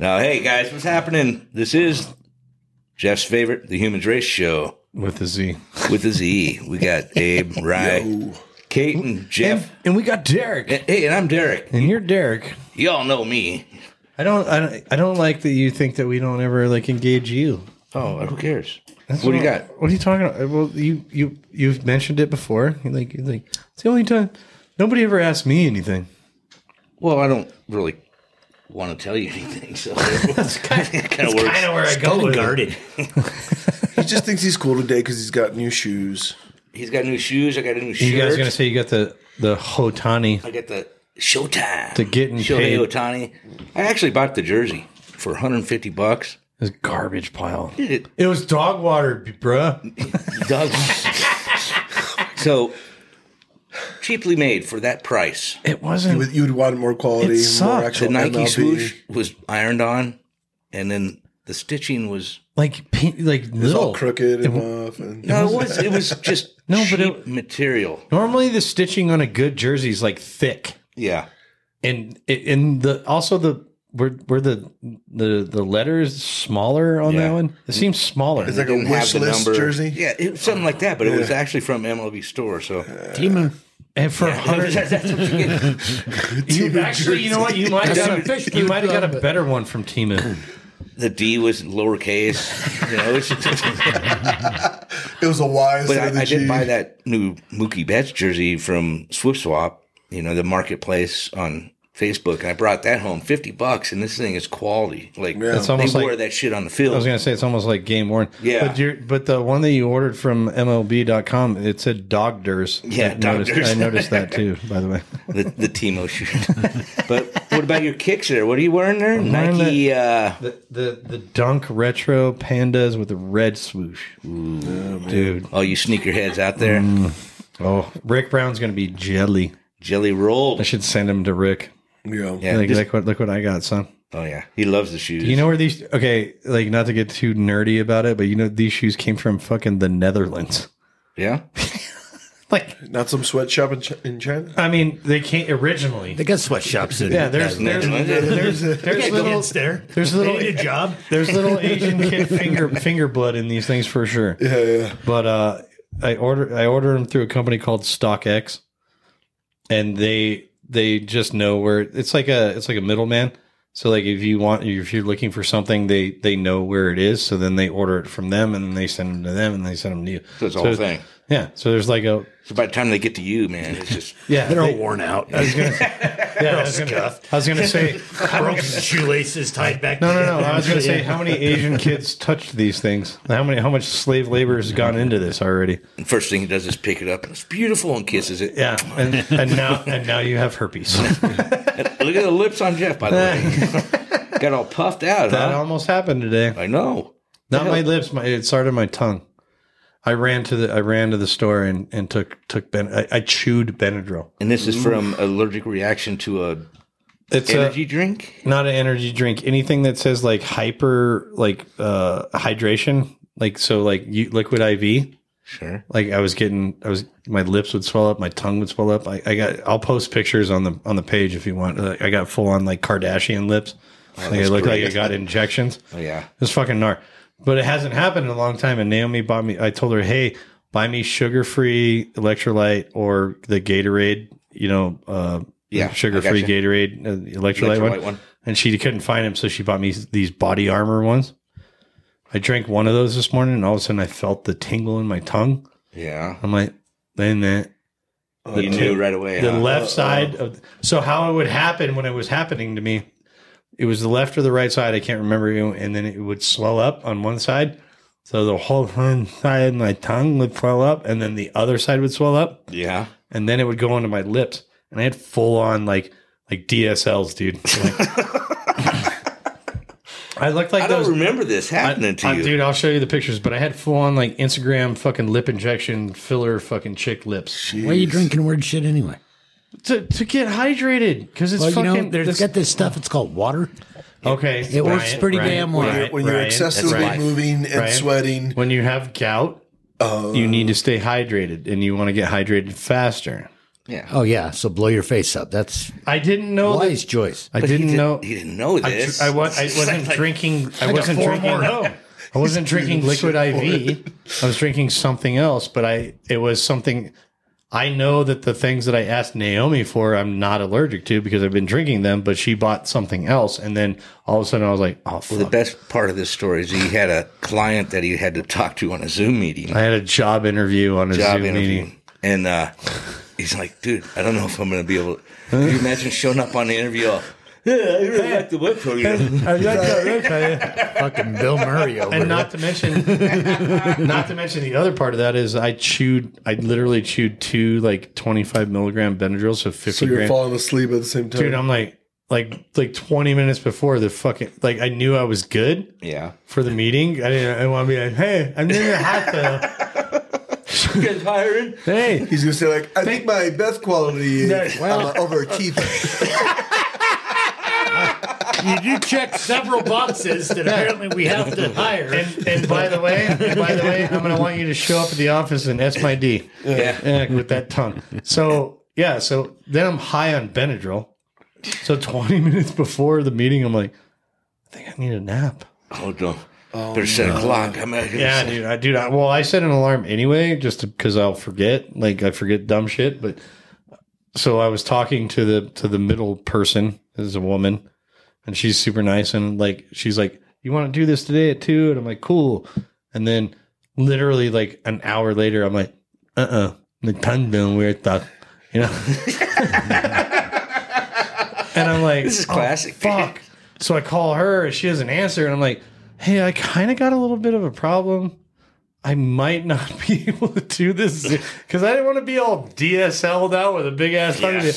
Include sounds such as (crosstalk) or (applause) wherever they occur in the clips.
Now, hey guys, what's happening? This is Jeff's favorite, the Humans Race Show with a Z. with a Z. (laughs) We got Abe, Rye, Kate, and Jeff. And we got Derek. And- hey, and I'm Derek. And you're Derek. Y'all know me. I don't, I don't. I don't like that you think that we don't ever like engage you. Oh, who cares? what do you got? What are you talking about? Well, you you you've mentioned it before. You're like you're like it's the only time nobody ever asked me anything. Well, I don't really want to tell you (laughs) anything, so (laughs) that's kind of, kind of works. kinda where I go with it. guarded. He just thinks he's cool today because he's got new shoes. He's got new shoes. I got a new shirt. (laughs) You guys are gonna say you got the the Hotani. I got the Showtime. The getting Shohei paid. Otani. I actually bought the jersey for 150 bucks. This garbage pile. It- It was dog water, bruh. (laughs) Doug. so cheaply made for that price. It wasn't. You would, you would want more quality, It sucked. more The actual Nike MLB. swoosh was ironed on, and then the stitching was like pin- like It's little all crooked enough. And Oh. no, it was it was just (laughs) No, cheap but it- material. Normally, the stitching on a good jersey is like thick, Yeah, and it- and the also the were were the the the letters smaller on Yeah. that one. It seems smaller. It's like a Didn't have wish the list number. jersey. Yeah, it, something like that. But it was actually from MLB store. So Demon. and for a hundred, (laughs) that's what you get. you actually, you know what? You might have got That's a, a you might have got a fish better one from Timu. (laughs) The D was lowercase. You know, it's It was a Y But instead of the I, I G. did buy that new Mookie Betts jersey from Swoop Swap, you know, the marketplace on Facebook. And I brought that home, 50 bucks. And this thing is quality. Like, Yeah. It's they almost like- wore that shit on the I was field. gonna say it's almost like game worn. Yeah. but you're, but the one that you ordered from MLB.com, it said Dogders. Yeah, I noticed, Dogders. I noticed that too. By the way, the, the Timo shirt. (laughs) but what about your kicks there? What are you wearing there? wearing Nike, uh, (laughs) the the the Dunk Retro Pandas with the red swoosh, dude. all you sneakerheads out there. Oh, Rick Brown's gonna be jelly. Jelly Roll. I should send him to Rick. Yeah. Yeah, Like, just- look what look what I got, son. oh, yeah. He loves the shoes. You know where these? Okay, like not to get too nerdy about it, but you know these shoes came from fucking the Netherlands. (laughs) yeah. Like, Not some sweatshop in, Ch- in China. I mean, they came originally. They got sweatshops in Yeah, there's there's there's there's, little kids there. there's little They need a job. (laughs) there's little Asian kid finger finger blood in these things for sure. Yeah, yeah. But uh, I order I ordered them through a company called StockX, and they they just know where it's like a it's like a middleman. So like if you want if you're looking for something, they they know where it is. So then they order it from them, and then they send them to them, and they send them to you. So it's the whole thing. Yeah. So there's like a So by the time they get to you, man, it's just. yeah. They're all they- worn out. (laughs) yeah, I, was gonna, scuffed. I was gonna say Broken shoelaces tied back. no no no. I was gonna say how many Asian kids touched these things? How many how much slave labor has gone into this already? And first thing he does is pick it up. and It's beautiful and kisses it. Yeah. And, and now and now you have herpes. Look at the lips on Jeff, by the (laughs) way. Got all puffed out. That huh? almost happened today. I know. Not Yeah. my lips. My it started my tongue. I ran to the I ran to the store and, and took took ben I, I chewed Benadryl. And this is from allergic reaction to a It's energy drink. a, not an energy drink. Anything that says like hyper like uh hydration like so like you, liquid IV. Sure. Like I was getting I was my lips would swell up, my tongue would swell up. I, I got I'll post pictures on the on the page if you want. Like, I got full on like Kardashian lips. like I that's looked like great. I got injections. Oh yeah. It's fucking gnar. But it hasn't happened in a long time. And Naomi bought me, I told her, hey, buy me sugar free electrolyte or the Gatorade, you know, uh, Yeah, sugar free I gotcha. Gatorade uh, electrolyte, Electrolyte one. one. And she couldn't find them. So she bought me these body armor ones. I drank one of those this morning and all of a sudden I felt the tingle in my tongue. Yeah. I'm like, then that you knew right away. Oh, the huh? left side of so how it would happen when it was happening to me it was the left or the right side i can't remember and then it would swell up on one side so the whole (laughs) front side of my tongue would swell up and then the other side would swell up yeah. and then it would go onto my lips and i had full on like like dsl's dude (laughs) Like- i looked like I those don't remember this happening to I- you. dude i'll show you the pictures but i had full on like instagram fucking lip injection filler fucking chick lips Why are you drinking weird shit anyway? to, to get hydrated because it's Well, you fucking know, there's this- got this stuff. It's called water. Okay, It works pretty damn well. Ryan, when you're Ryan, excessively that's right. moving and Ryan, sweating, When Uh, you have gout, you need to stay hydrated, and you want to get hydrated faster. Yeah. Oh yeah, so blow your face up. That's I didn't know. wise That, choice. (laughs) I But he didn't know. He didn't know I, this. tr- I, (laughs) wa- I wasn't drinking. I wasn't drinking. No, I wasn't (laughs) drinking liquid IV. I was drinking something else, but I it was something. I know that the things that I asked Naomi for, I'm not allergic to because I've been drinking them. But she bought something else, and then all of a sudden I was like, "Oh The fuck!" best part of this story is he had a client that he had to talk to on a Zoom meeting. I had a job interview on a job Zoom interview. meeting. And uh, he's like, dude, I don't know if I'm going to be able to. Can you imagine showing up on the interview? all, Yeah, I really like the web program. (laughs) Fucking Bill Murray over and here. not to (laughs) mention not to mention the other part of that is I chewed I literally chewed two like 25 milligram Benadryl so 50 So you're grams. falling asleep at the same time. dude I'm like like like 20 minutes before the fucking like I knew I was good yeah. for the meeting I didn't I want to be like hey I'm in the hot (laughs) tub You guys hiring? hey He's gonna say like, I think my best quality is That- I'm an overachiever. (laughs) you do check several boxes that apparently we have to (laughs) hire. and, and by the way and by the way I'm gonna want you to show up at the office and S my D Yeah. Eh, with that tongue. So yeah, so then I'm high on Benadryl. So 20 (laughs) minutes before the meeting, I'm like, I think I need a nap. Oh, no. There's 7 o'clock. I'm not gonna Yeah, say- dude. I dude. I, well, I set an alarm anyway, just because I'll forget. Like I forget dumb shit. But so I was talking to the to the middle person, this is a woman, and she's super nice, and like she's like, "You want to do this today at 2? And I'm like, "Cool." And then literally like an hour later, I'm like, "Uh uh the time down where it thought, you know." (laughs) and I'm like, This is classic. Oh, fuck. So I call her, and she doesn't answer, and I'm like, hey, I kind of got a little bit of a problem. I might not (laughs) be able to do this (laughs) because I didn't want to be all DSL'd out with a big ass fucking hey, like,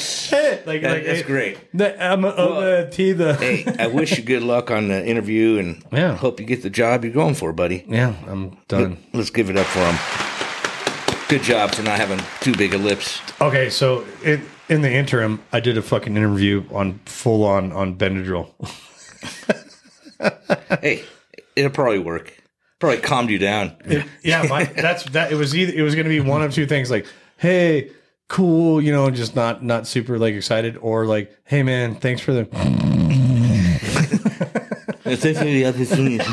That- like that's hey, great. that- I'm a, I'm a T the Hey, I wish you good luck on the interview and Yeah. hope you get the job you're going for, buddy. (laughs) yeah, I'm done. Let's give it up for him. Good job for not having too big a lips. Okay, so in in the interim, I did a fucking interview on full on on Benadryl. (laughs) Hey, it'll probably work. Probably calmed you down. yeah, (laughs) my, that's that. It was either it was going to be one of two things, like, hey, cool, you know, just not not super like excited, or like, hey, man, thanks for the. Essentially, the other thing is-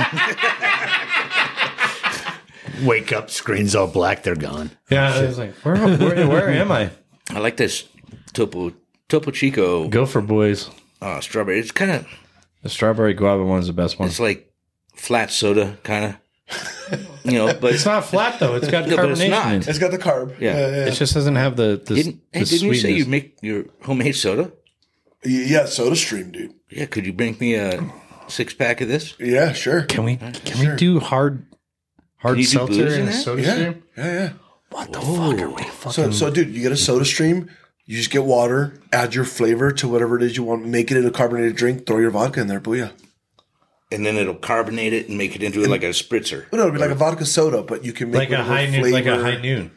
Wake up, screens all black, they're gone. Yeah, I was like, where, where, where am I? I like this Topo Topo Chico Go for boys. uh, strawberry. It's kind of The strawberry guava one is the best one. it's like flat soda, kind of. You know, but It's not flat though. It's got (laughs) No, but it's carbonation. in not. it. It's got the carb. Yeah. It just doesn't have the the, didn't, the hey, didn't you sweetness. say you make your homemade soda? yeah. yeah soda stream, dude. Yeah, could you bring me a six pack of this? Yeah, sure. can we can we do hard hard you do seltzer booze in and that? soda Yeah, yeah, stream? yeah. What the fuck are we So, so, dude, you get a soda stream. You just get water, add your flavor to whatever it is you want, make it into a carbonated drink, throw your vodka in there, booyah. And then it'll carbonate it and make it into like a spritzer. But no, it'll be like a vodka soda, but you can like make a whatever high noon? Like a flavor. high noon.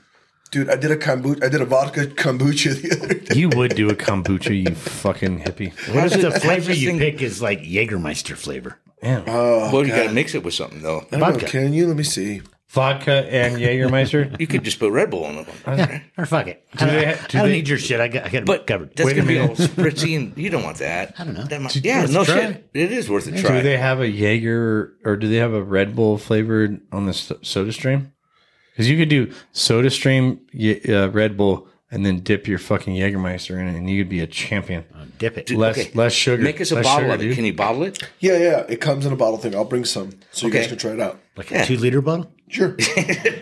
Dude, I did a kombucha. I did a vodka kombucha the other day. You would do a kombucha, you fucking (laughs) hippie. What is But the how's flavor this you thing- pick is like Jägermeister flavor. Yeah. Well, you got to mix it with something though. I don't know, Vodka. can you? Let me see. vodka and Jägermeister. You could just put Red Bull on it. Yeah, or Oh, fuck it. I, they don't- ha- do I don't they- need your shit. I got, I got But it covered. that's Wait a gonna be all minute. spritzy, and you don't want that. I don't know. That might, yeah, worth no a try. shit. It is worth a try. do they have a Jaeger or do they have a Red Bull flavored on the so- Soda Stream? Because you could do Soda Stream, Ye- uh, Red Bull, and then dip your fucking Jägermeister in it, and you could be a champion. Dip it. Less okay. less sugar. Make us a less bottle sugar, of it. dude. Can you bottle it? Yeah, yeah. It comes in a bottle thing. I'll bring some so you Okay. guys can try it out. Like a two liter bottle? Sure.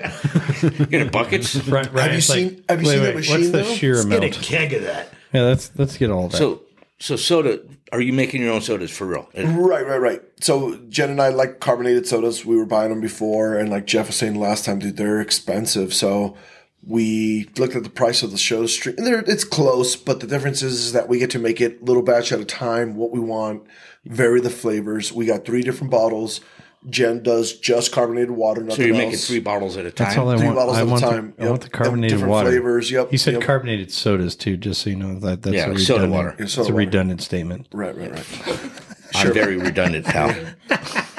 Get a buckets. Right, right, you it's like- seen- have you wait, seen that wait, What's machine, the though? sheer amount? Get a keg of that. Yeah, let's let's get all that. So, so soda. Are you making your own sodas for real? Right, right, right. So Jen and I like carbonated sodas. We were buying them before, and like Jeff was saying last time, dude, they're expensive. So we looked at the price of the show stream. And they're- it's close, but the difference is, is that we get to make it little batch at a time, what we want, vary the flavors. We got three different bottles. Jen does just carbonated water, nothing So you're else. making three bottles at a time. that's all I three want. bottles I at a want time. The, I Yep. want the Yep, carbonated different water. flavors. Yep. You said yep. carbonated sodas too, just so you know that that's Yeah, a redundant, soda water. Yeah, It's soda a water. redundant statement. Right, right, right. (laughs) (laughs) I'm very redundant, pal.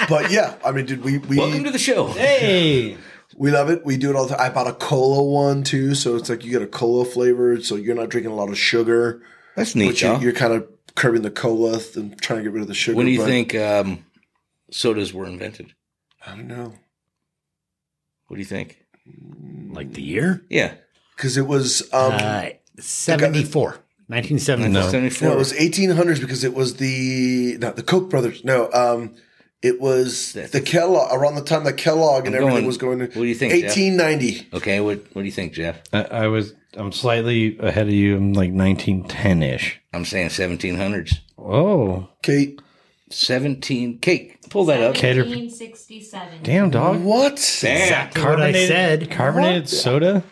but yeah, I mean, did we we Welcome to the show. Hey, We love it. We do it all the time. I bought a cola one too, so it's like you get a cola flavor, so you're not drinking a lot of sugar, That's neat, but you, y'all. you're kind of curbing the cola th- and trying to get rid of the sugar. When do you but think um, sodas were invented? I don't know What do you think? Like the year? Yeah, because it was um, uh, 74. 1974. No. 1974. no, it was 1800s because it was the not the Koch brothers. No, um, it was That's- the Kellogg around the time that Kellogg and I'm everything going- was going to what do you think, Jeff? 1890. Okay, what what do you think, Jeff? I, I was I'm slightly ahead of you. I'm like 1910 ish. I'm saying 1700s. Oh, Kate, 17 cake. Pull that up. Cater- 1867. damn dog! what? Damn. Exactly what I said. Carbonated soda,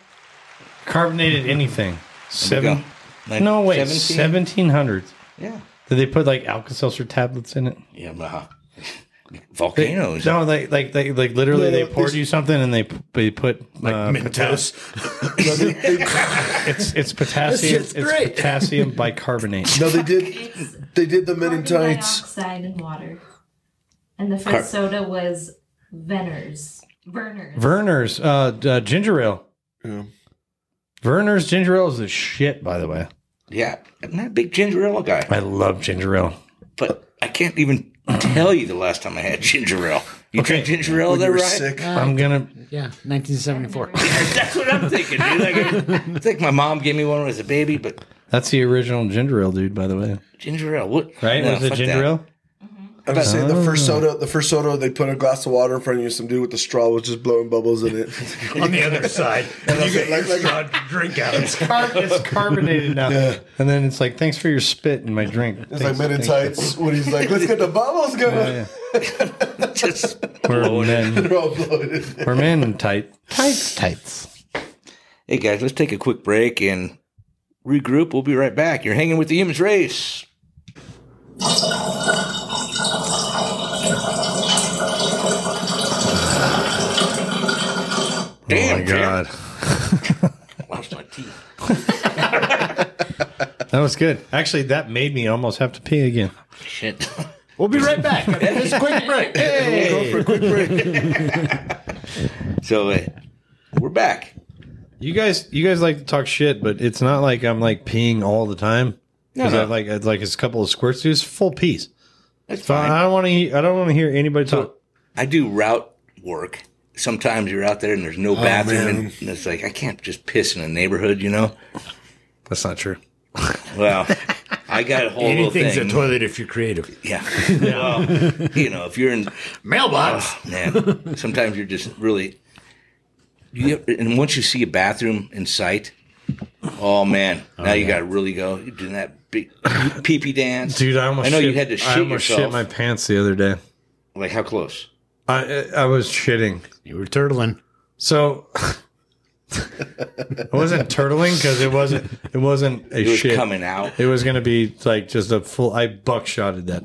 carbonated anything. Seven? Nin- No wait, 17? seventeen hundreds. Yeah. Did they put like Alka Seltzer tablets in it? Yeah. but, uh, (laughs) volcanoes. No, like like they like literally No, they this- poured you something and they p- they put uh, (laughs) Mentos. it's (laughs) it's potassium shit's it's (laughs) great. potassium bicarbonate. No, they did. It's They did the carbon Mennonites. dioxide and water. And the first Car- soda was Verner's. Verner's. Verner's uh, d- uh, ginger ale. Yeah. Verner's ginger ale is the shit. By the way, Yeah. I'm not a big ginger ale guy, I love ginger ale. but I can't even tell you the last time I had ginger ale. You Okay. drink ginger ale, When you there, were Oh, right? Ah. sick. I'm gonna Yeah, 1974. (laughs) That's what I'm thinking, dude. Like, I think my mom gave me one as a baby, but That's the original ginger ale, dude. By the way, ginger ale. What? right? No, was it fuck ginger that. ale? I'm just saying the first soda. The first soda they put a glass of water in front of you. Some dude with a straw was just blowing bubbles in it. (laughs) On the other side. And you get like- like, like- drink out of it. it's carbonated now. Yeah. And then it's like, thanks for your spit in my drink. It's like men in tights when he's like, "Let's get (laughs) the bubbles going." (laughs) Just We're men. (laughs) They're all bloated. We're men in tight. Tights, tights. Hey guys, let's take a quick break and regroup. We'll be right back. You're hanging with the Humans Race. Oh, Oh Damn, Jack. Lost my teeth. that was good. Actually, that made me almost have to pee again. Shit. (laughs) We'll be right back. after this quick break. (laughs) So uh, we're back. You guys, you guys like to talk shit, but it's not like I'm like peeing all the time. No, Because no. I like, I'd like it's a couple of squirts. Dude, it's full piece. That's So fine. I don't want to. I don't want to hear anybody talk. I do route work. Sometimes you're out there and Oh, there's no bathroom, and, and it's like I can't just piss in a neighborhood, you know. That's not true. (laughs) Well, I got a whole little Anything's thing. a toilet if you're creative. (laughs) Yeah. Well, you know, if you're in, Mailbox. man, sometimes you're just really. You, and once you see a bathroom in sight, oh man, now you got to really go. You're doing that big pee pee dance, Dude, I almost. I know shit, you had to I shit almost yourself. shit my pants the other day. Like how close? I I was shitting. You were turtling. So I wasn't turtling because it wasn't it wasn't a It was shit. coming (laughs) out. It was gonna be like just a full. I buckshotted that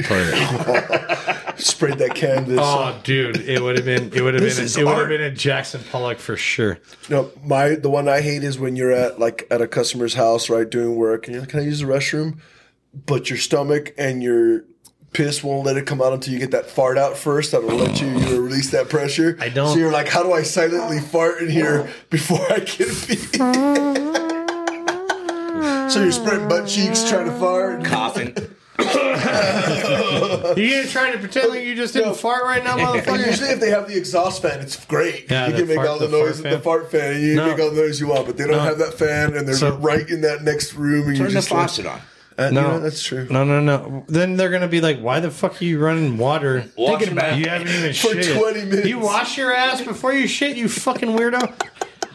(laughs) toilet. Sprayed that canvas. oh, dude, it would have been it would have This been is it would have art. been a Jackson Pollock for sure. No, my the one I hate is when you're at like at a customer's house, right, doing work, and you're like, "Can I use the restroom?" But your stomach and your piss won't let it come out until you get that fart out first. That'll let you, you know, release that pressure. I don't- So you're like, "How do I silently fart in here before I can pee?" (laughs) so you're spreading butt cheeks trying to fart. Coughing. You gonna try to pretend like you just didn't fart right now, Well, motherfucker? usually if they have the exhaust fan, it's great. Yeah, you the can make fart- all the, the fart noise with fan. the fart fan. You No. can make all the noise you want, but they don't have that fan, and they're So- right in that next room. And you Turn the just like- faucet on. Uh, No. yeah, that's true. No, no, no. Then they're gonna be like, "Why the fuck are you running water? Wash Thinking about- back. You haven't even For shit. 20 minutes. You wash your ass before you shit, you fucking weirdo.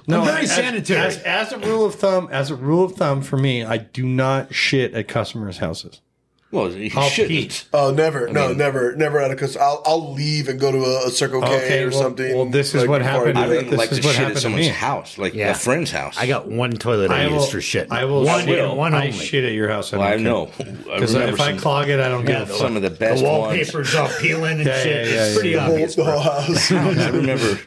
No, I'm very as- sanitary. As, as a rule of thumb, as a rule of thumb for me, I do not shit at customers' houses. Well, you I'll should. pee. Oh, never, no, mean- never, never out of because I'll I'll leave and go to a, a Circle K Okay, or well- something. well, this is like, what before happened. do I it. don't even This like to is what shit happened at to someone's me. house, like Yeah. a friend's house. I got one toilet I, I will- use for shit. I will one, shit. one I only. shit at your house. Well, I don't (laughs) know. I Because remember if I some- clog it, I don't give Yeah, the- a fuck. some of the best the ones. wallpaper's all peeling and Yeah, shit. yeah, it's yeah, pretty yeah. obvious. The (laughs) whole house. I remember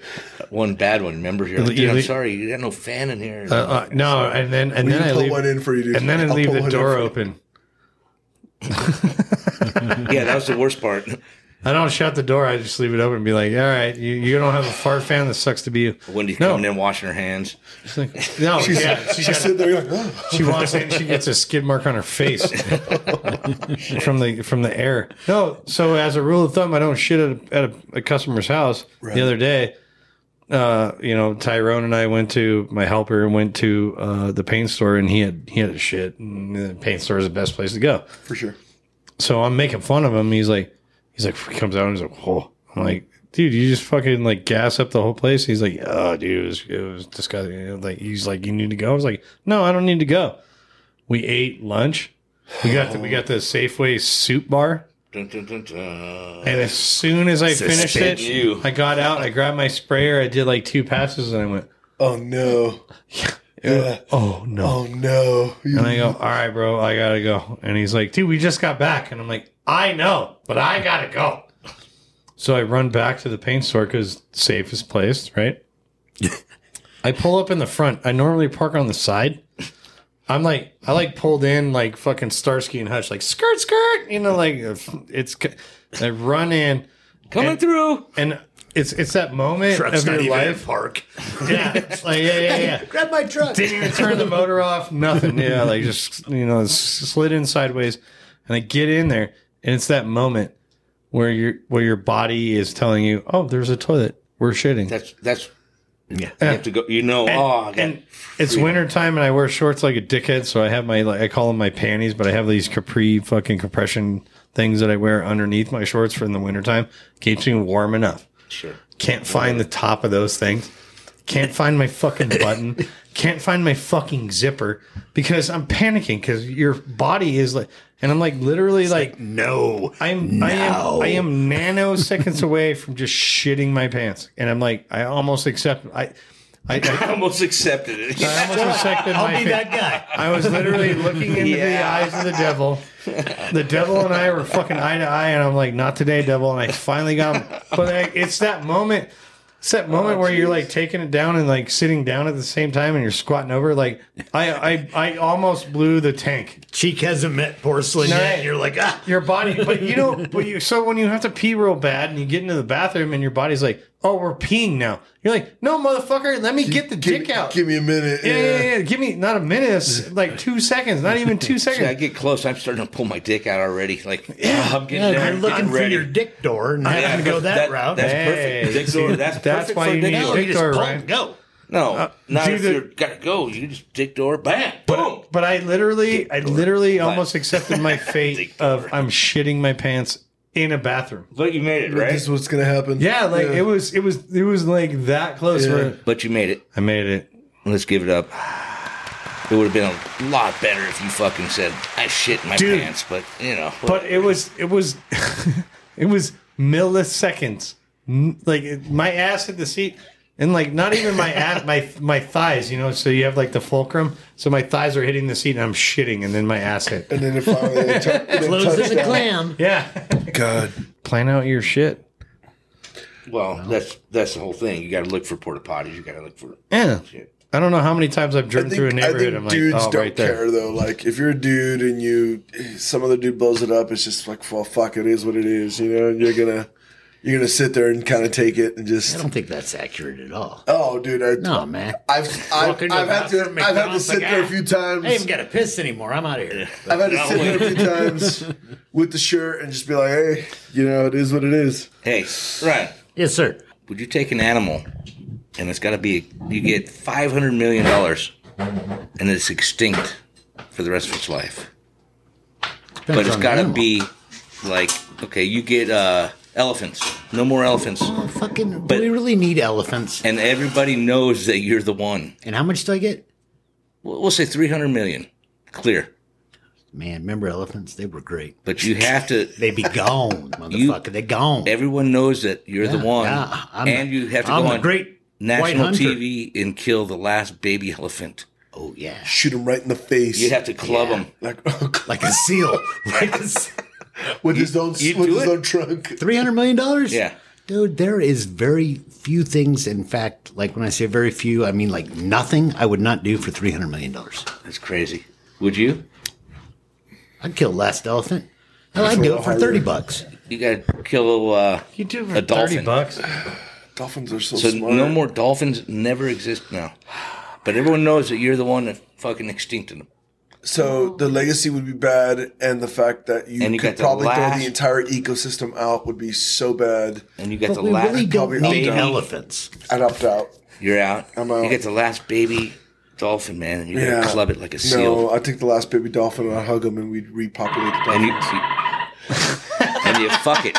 one bad one. Remember, you're like, You dude, I'm leave- sorry, you got no fan in here. Uh, uh, no, and then and We then can I put leave, one in for you, dude. and then I I'll leave put the one in door for you. open. yeah, that was the worst part. (laughs) I don't shut the door. I just leave it open and be like, all right, you, you don't have a fart fan. This sucks to be you. Wendy's No. coming in washing her hands. It's like, no, yeah, she, She's sitting there you're like, oh. she walks in, she gets a skid mark on her (laughs) face from the from the air. No, so as a rule of thumb, I don't shit at a, at a, a customer's house. Right. The other day, uh, you know, Tyrone and I went to my helper and went to uh, the paint store, and he had he had a shit. And the paint store is the best place to go. for sure. So I'm making fun of him. He's like, he's like, he comes out and he's like, whoa. I'm like, dude, you just fucking like gas up the whole place. He's like, oh, dude, it was, it was disgusting. You know, Like, he's like, you need to go. I was like, no, I don't need to go. We ate lunch. We got the, we got the Safeway soup bar. Dun, dun, dun, dun. And as soon as I finished it, Suspend you. I got out, I grabbed my sprayer, I did like two passes, and I went, Oh no. Yeah. oh no. Oh no. You- And I go, all right, bro, I gotta go. And he's like, dude, we just got back. And I'm like, I know, but I gotta go. So I run back to the paint store because safest place, (laughs) right? I pull up in the front. I normally park on the side. I'm like, I like pulled in like fucking Starsky and Hutch, like skirt, skirt, you know, like uh, it's. I run in Coming and- through. and it's it's that moment Truck's of not your even life. in park. Yeah, it's like yeah, (laughs) yeah, yeah Grab my truck. didn't even turn the motor off, (laughs) nothing. Yeah, like just you know, s- slid in sideways, and I get in there, and it's that moment where your where your body is telling you, "Oh, there's a toilet. We're shitting." That's that's. Yeah. You have to go. You know. and, oh, I got- and it's winter time, and I wear shorts like a dickhead, so I have my like I call them my panties, but I have these capri fucking compression things that I wear underneath my shorts for in the wintertime. Keeps me warm enough. sure. Can't find the top of those things. Can't find my (laughs) fucking button. Can't find my fucking zipper because I'm panicking because your body is like, and I'm like literally like, No. I'm I am I am (laughs) nanoseconds away from just shitting my pants, and I'm like, I almost accept I. I, I, (laughs) I almost accepted (laughs) it. I almost accepted I'll my be fa- that guy. I was literally looking into the eyes of the devil. The devil and I were fucking eye to eye, and I'm like, "Not today, devil!" And I finally got him. But like, it's that moment. It's that moment Oh, where you're like taking it down and like sitting down at the same time, and you're squatting over. Like, I I, I almost blew the tank. Cheek hasn't met porcelain No. yet. You're like, ah. Your body, but you don't. But you so when you have to pee real bad and you get into the bathroom and your body's like, "Oh, we're peeing now." You're like, "No, motherfucker, let me get the give, dick out." Give me a minute. yeah, yeah, yeah. Give me not a minute, it's like two seconds, not even two seconds. Yeah, I get close. I'm starting to pull my dick out already. Like oh, I'm getting there. You're I'm looking getting for ready. Oh, your dick door, not Yeah, having to go but that, that- route. that's Hey, perfect. Dick see, door. That's, that's perfect why for a you dick need door. no, dick you just door, pull Ryan. and go. No, not do if the- you're gotta go. You just dick door. Bam. Boom. But I literally, I literally But- almost accepted (laughs) my fate of I'm shitting my pants in a bathroom. But you made it, Like, right? This is what's gonna happen. Yeah, like it was, it was, it was like that close. Yeah. Where But you made it. I made it. Let's give it up. It would have been a lot better if you fucking said I shit in my Dude. pants. But you know. But it was, it was, (laughs) it was milliseconds. N- Like it- my ass hit the seat, and like not even my (laughs) ass, my my thighs. You know, so you have like the fulcrum. So my thighs are hitting the seat, and I'm shitting, and then my ass hit. And then it (laughs) finally they took- they Close as touched a down. clam. Yeah, God. (laughs) plan out your shit. well, that's that's the whole thing. You got to look for porta potties. You got to look for. Yeah. Shit. I don't know how many times I've driven through a neighborhood. I'm like, dudes oh, don't right there. care though. Like if you're a dude and you, some other dude blows it up, it's just like, well, fuck, it is what it is, you know. And you're gonna, you're gonna sit there and kind of take it and I just, don't think that's accurate at all. oh, dude, I, No, man. I've, I've, Walk into I've had to, bathroom, I've had to McDonald's, sit like, there ah, a few times. I ain't even got to piss anymore. I'm out of here. I've had to sit there a (laughs) few times with the shirt and just be like, hey, you know, it is what it is. Hey, Ryan, yes, sir. would you take an animal, and it's got to be you get five hundred million dollars, and it's extinct for the rest of its life. Depends but it's on the got to animal. be like okay you get uh elephants no more elephants Oh, fucking, but- we really need elephants. and everybody knows that you're the one And how much do I get? we'll, we'll say 300 million clear Man, remember elephants? They were great. but you have to They (laughs) be gone, motherfucker. they gone. everyone knows that you're the Yeah, one yeah, I'm- and you have to I'm go a on great national white hunter. tv and kill the last baby elephant oh yeah, Shoot him right in the face. you'd have to club Yeah. them like (laughs) like a seal. (laughs) Like a s- with his own you with do his it? own trunk. Three hundred million dollars. Yeah. dude. There is very few things. In fact, like when I say very few, I mean like nothing. I would not do for three hundred million dollars. that's crazy would you I'd kill last elephant. Hell, I'd do it for Ferrari. thirty bucks. you got to kill. Uh, You do for A dolphin. thirty bucks. Dolphins are so, so smart. no more dolphins never exist now. But everyone knows that you're the one that fucking extincted them. So the legacy would be bad, and the fact that you, And you got could the probably throw last- the entire ecosystem out would be so bad. And you got But the we last. really don't Probably need up down. elephants. I'd opt out. You're out. I'm out. You get the last baby dolphin, man, and you're Yeah. gonna club it like a seal. No, I take the last baby dolphin and I hug him, and we'd repopulate the and dolphin. you and you fuck (laughs) it.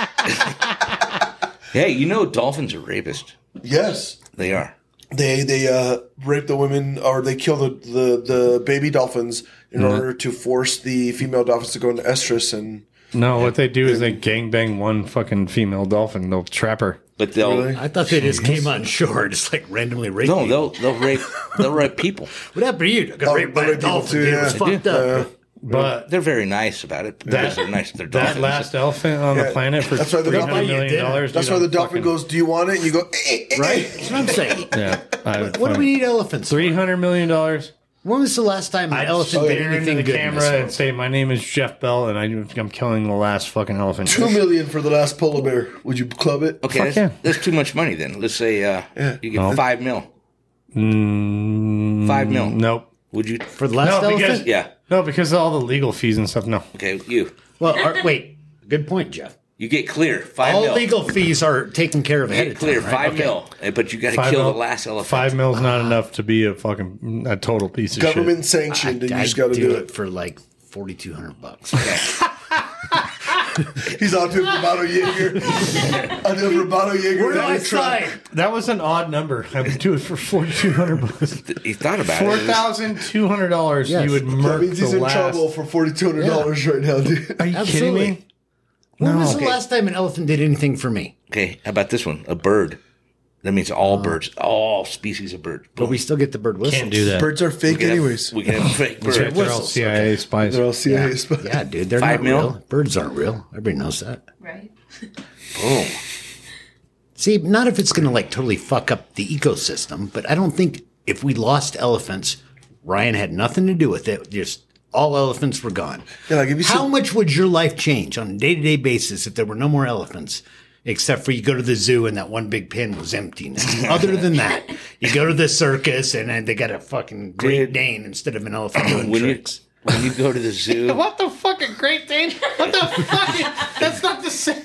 hey, you know dolphins are rapists. yes, They are. they they uh, rape the women or they kill the the, the baby dolphins in Mm-hmm. order to force the female dolphins to go into estrus and No, what they do is they gangbang one fucking female dolphin. They'll trap her. But they'll Really? I thought they just came on shore, just like randomly raped. no, people. they'll they'll rape they'll rape people. What happened to you? I got Oh, raped by they a rape people dolphin. too, dude. It was yeah. fucked up. But They're very nice about it. Because they're nice. They're that dolphins. last elephant on the Yeah, planet for that's why the three dolphin- hundred million dollars. that's dude, why the I'm dolphin fucking- goes, "Do you want it?" And you go, eh, eh, right? That's what I'm saying. (laughs) Yeah, I would What do we need elephants? for? Three hundred million dollars. When was the last time an elephant did Stare anything into the good? in this camera and world? say, "My name is Jeff Bell, and I, I'm killing the last fucking elephant." Two million for the last polar bear. Would you club it? Okay, Fuck that's, yeah. that's too much money then. Let's say uh, you get five mil. Mm, Five mil. Nope. Would you For the last No, because- elephant? Yeah. No, because of all the legal fees and stuff. No, Okay, you. Well, are, wait. Good point, Jeff. You get clear. Five All mil. legal fees are taken care of You ahead get of clear, time. Right? five Okay. mil. Eh, But you gotta five kill mil- the last elephant. Five mil's not enough to be a fucking a total piece of Government shit. sanctioned, and you I just got to do do it it. for like forty two hundred bucks. He's on to a bravado (laughs) Jaeger. I do a bravado Jaeger. Where do I (laughs) every try. sign? That was an odd number. I would do it for forty two hundred bucks. He thought about Four it. it. was- thousand two hundred dollars. Yes. You would That murk means he's the in last. trouble for forty two hundred dollars right now, Are dude. you Absolutely. kidding me? When No. was the last time an elephant did anything for me? Okay, how about this one? A bird. That means Oh. all birds, all species of birds. But we still get the bird whistle. Can't do that. Birds are fake, can have- anyways. we can have fake birds. They're all whistles, CIA spies. They're all CIA spies. Yeah, dude, they're Five not mil? real. Birds aren't real. Everybody knows that. right? Boom. See, not if it's going to like totally fuck up the ecosystem, but I don't think if we lost elephants, Ryan had nothing to do with it. Just all elephants were gone. Yeah, like if you How said- much would your life change on a day to day basis if there were no more elephants? Except for you go to the zoo and that one big pen was empty. now. Other than that, you go to the circus and then they got a fucking Great Dude. Dane instead of an elephant doing When you, tricks. when you go to (laughs) the zoo, What the fucking Great Dane? What (laughs) the fuck? That's not the same.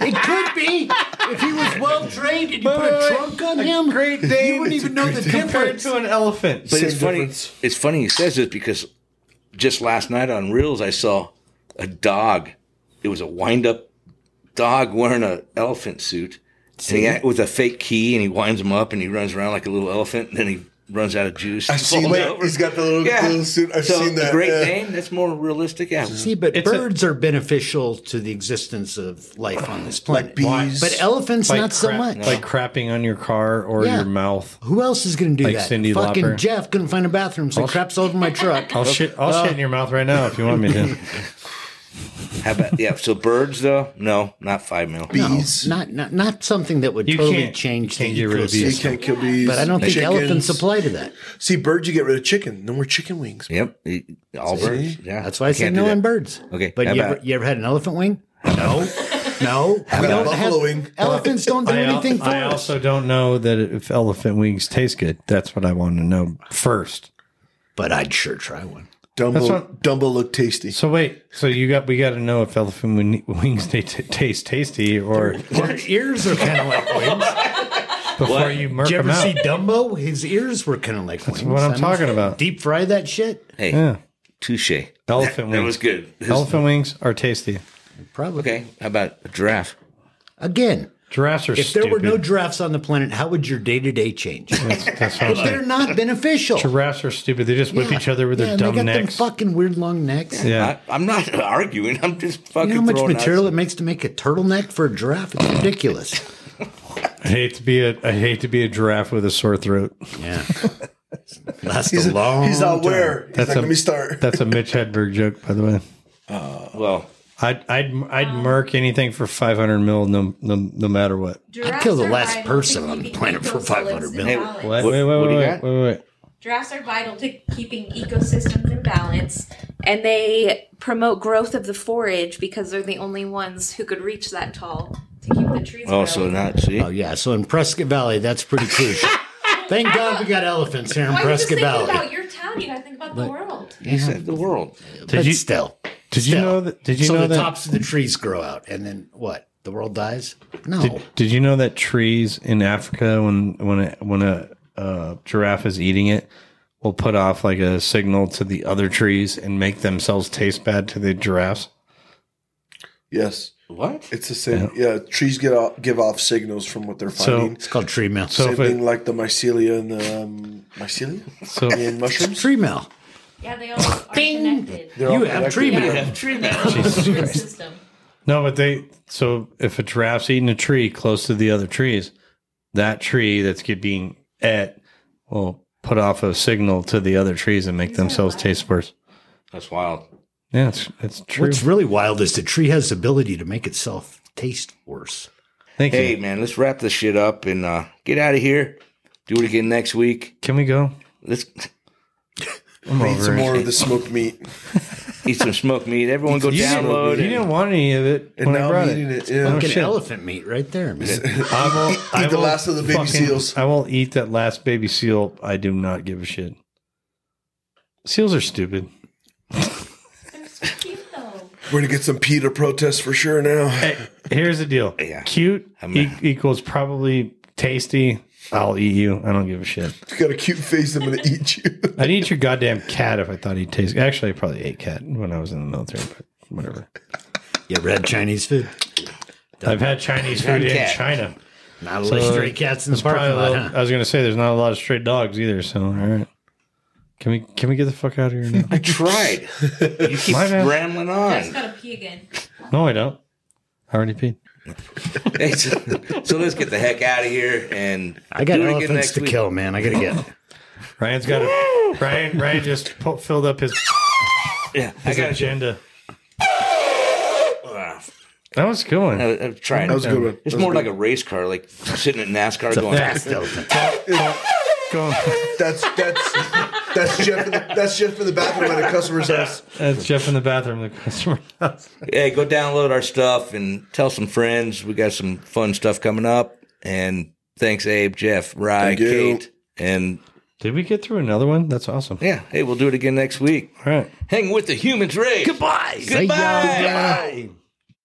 It could be if he was well trained and you put a trunk on him. Great Dane. you wouldn't even know the Compared difference. to an elephant. but it's Same funny. difference. It's funny he says this because just last night on Reels I saw a dog. It was a wind up dog wearing an elephant suit, and he had, with a fake key, and he winds him up, and he runs around like a little elephant, and then he runs out of juice. (laughs) I've seen that. He's got the little, little suit. I've so seen the that. uh, Great yeah. Dane. That's more realistic. Yeah. See, but It's a- birds are beneficial to the existence of life on this planet. Like bees. But elephants, not so crap- much. Like crapping on your car or Yeah. your mouth. Who else is going to do like that? Cyndi Fucking Lauper. Jeff couldn't find a bathroom, so he craps all over my (laughs) truck. I'll shit. I'll shit in your mouth right now if you want (laughs) me to. How about yeah? So birds though? No, not five mil. bees. not, not not something that would You totally can't- change the can't get rid of You bees. ecosystem. can't kill bees. But I don't think Chickens. elephants apply to that. See, birds, you get rid of chicken. No more chicken wings. Yep, e- all birds. Yeah, That's why I You said can't do no that. on birds. Okay, But how you about- ever, you ever had an elephant wing? No. No. We got a don't have, buffalo wing. elephants don't do I, al- anything for I us. also don't know that if elephant wings taste good. That's what I want to know first. But I'd sure try one. Dumbo, what- Dumbo looked tasty. So wait. So you got we got to know if elephant wing- wings ta taste tasty or Their ears are kind of like wings. before you murk Did you them ever out. see Dumbo? His ears were kind of like wings. what I'm I mean, talking about. Deep fry that shit. Hey, yeah, touche. That elephant wings. was good. This- Elephant wings are tasty. Probably. okay, how about a giraffe? Again, Giraffes are if there were no giraffes on the planet, how would your day to (laughs) day change? That's, that's what I'm if saying. they're not beneficial. Giraffes are stupid. They just whip Yeah. each other with Yeah, their and dumb they got necks. Them fucking weird long necks. yeah. I, I'm not (laughs) arguing. I'm just fucking. You know how much throwing out material some- it makes to make a turtleneck for a giraffe? It's (laughs) ridiculous. I hate to be a I hate to be a giraffe with a sore throat. yeah. Last He's, a long he's time. out where? He's That's like, a- let me start. That's a Mitch Hedberg joke, by the way. Well, I'd I'd I'd Oh. murk anything for five hundred mil, no, no no matter what. Giraffes kill the are last vital to person on the keeping planet for ecosystems 500 in million. balance. What- wait, wait, what do wait, you wait, got? wait, wait. Giraffes are vital to keeping ecosystems in balance, and they promote growth of the forage because they're the only ones who could reach that tall to keep the trees Oh, so growing. not see. Oh yeah, so in Prescott Valley, that's pretty crucial. Thank God we got elephants here in Why are you just Prescott thinking Valley. about your town? You gotta think about the world. He said the world. but you- still, Did you Still. know that? Did you so know the that? tops of the trees grow out, and then what? The world dies? No. Did, did you know that trees in Africa, when when a, when a uh, giraffe is eating it, will put off like a signal to the other trees and make themselves taste bad to the giraffes? Yes, What? it's the same. Yeah, trees get off, give off signals from what they're So- finding. it's called tree mail. So same if it- thing like the mycelia and the um, mycelia So (laughs) in mushrooms. tree mail. Yeah, they all are connected. They're You all have connected. tree mail. have tree Root system. no, but they so if a giraffe's eating a tree close to the other trees, that tree that's get being et will put off a signal to the other trees and make themselves taste worse. That's wild. Yeah, it's it's true. What's really wild is the tree has the ability to make itself taste worse. Thank you. Hey, man, let's wrap this shit up and uh, get out of here. Do it again next week. Can we go? Let's I'm Eat some more of the smoked meat. eat some smoked meat. Everyone go You didn't- download. You and- didn't want any of it And when I now brought I'm it. eating it. yeah. Oh, Fucking shit. elephant meat right there, man. (laughs) I will Eat the last of the baby seals. I will eat that last baby seal. I do not give a shit. Seals are stupid. They're so cute though. We're gonna get some PETA protests for sure now. (laughs) Hey, here's the deal. Yeah. Cute I'm- e- equals probably tasty. I'll eat you. I don't give a shit. You got a cute face. I'm gonna eat you. (laughs) I'd eat your goddamn cat if I thought he'd taste. Actually, I probably ate cat when I was in the military, but whatever. You ever had Chinese food? I've had Chinese food in cat. China. Not a lot of stray cats in the It's probably. parking a lot, little- huh? I was gonna say there's not a lot of stray dogs either. So all right. Can we can we get the fuck out of (laughs) here now? I (laughs) tried. You keep My bad. rambling I (laughs) just on. gotta pee again. no, I don't. I already peed. Hey, so, so let's get the heck out of here and I got do it again elephants next to week. kill, man. I gotta get. Ryan's got a Ryan. Ryan just po- filled up (laughs) his, Yeah, I his got you. agenda. That was a good one. I, I'm trying. That was a good one. uh, It's more like a race car, like sitting at NASCAR going. Fast elephant. Go on. That's that's that's Jeff. In the, that's Jeff in the bathroom at a customer's house. That's Jeff in the bathroom. The (laughs) customer. Hey, go download our stuff and tell some friends. We got some fun stuff coming up. And thanks, Abe, Jeff, Rye, Thank you. Kate, and Did we get through another one? That's awesome. yeah. Hey, we'll do it again next week. All right. Hang with the humans race. Goodbye. Goodbye. Say y'all. Goodbye.